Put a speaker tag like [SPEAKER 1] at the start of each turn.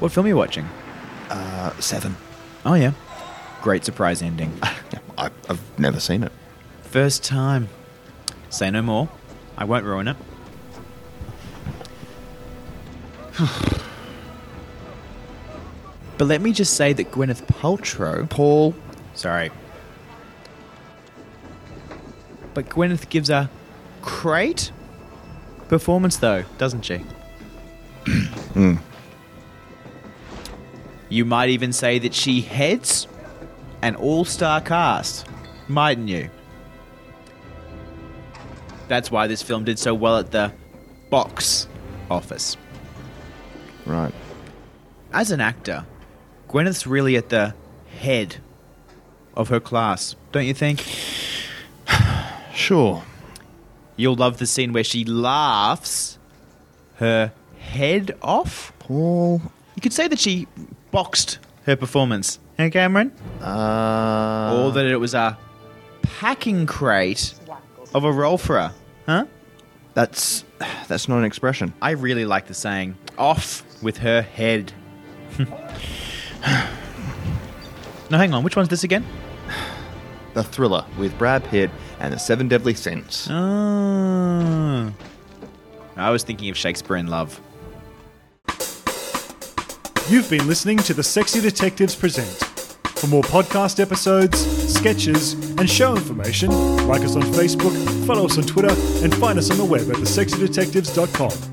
[SPEAKER 1] What film are you watching?
[SPEAKER 2] Uh, seven.
[SPEAKER 1] Oh, yeah. Great surprise ending.
[SPEAKER 2] I, I've never seen it.
[SPEAKER 1] First time. Say no more. I won't ruin it. but let me just say that Gwyneth Paltrow. Paul. Sorry. But Gwyneth gives a great performance, though, doesn't she? You might even say that she heads an all star cast, mightn't you? That's why this film did so well at the box office.
[SPEAKER 2] Right.
[SPEAKER 1] As an actor, Gwyneth's really at the head of her class, don't you think?
[SPEAKER 2] Sure.
[SPEAKER 1] You'll love the scene where she laughs her head off.
[SPEAKER 2] Paul.
[SPEAKER 1] You could say that she boxed her performance. Hey, Cameron?
[SPEAKER 2] Uh,
[SPEAKER 1] or that it was a packing crate of a roll for her. Huh?
[SPEAKER 2] that's that's not an expression.
[SPEAKER 1] I really like the saying, off with her head. now, hang on, which one's this again?
[SPEAKER 2] The thriller with Brad Pitt and the Seven Deadly Sins.
[SPEAKER 1] Oh. I was thinking of Shakespeare in Love.
[SPEAKER 3] You've been listening to The Sexy Detectives Present. For more podcast episodes, sketches, and show information, like us on Facebook, follow us on Twitter, and find us on the web at thesexydetectives.com.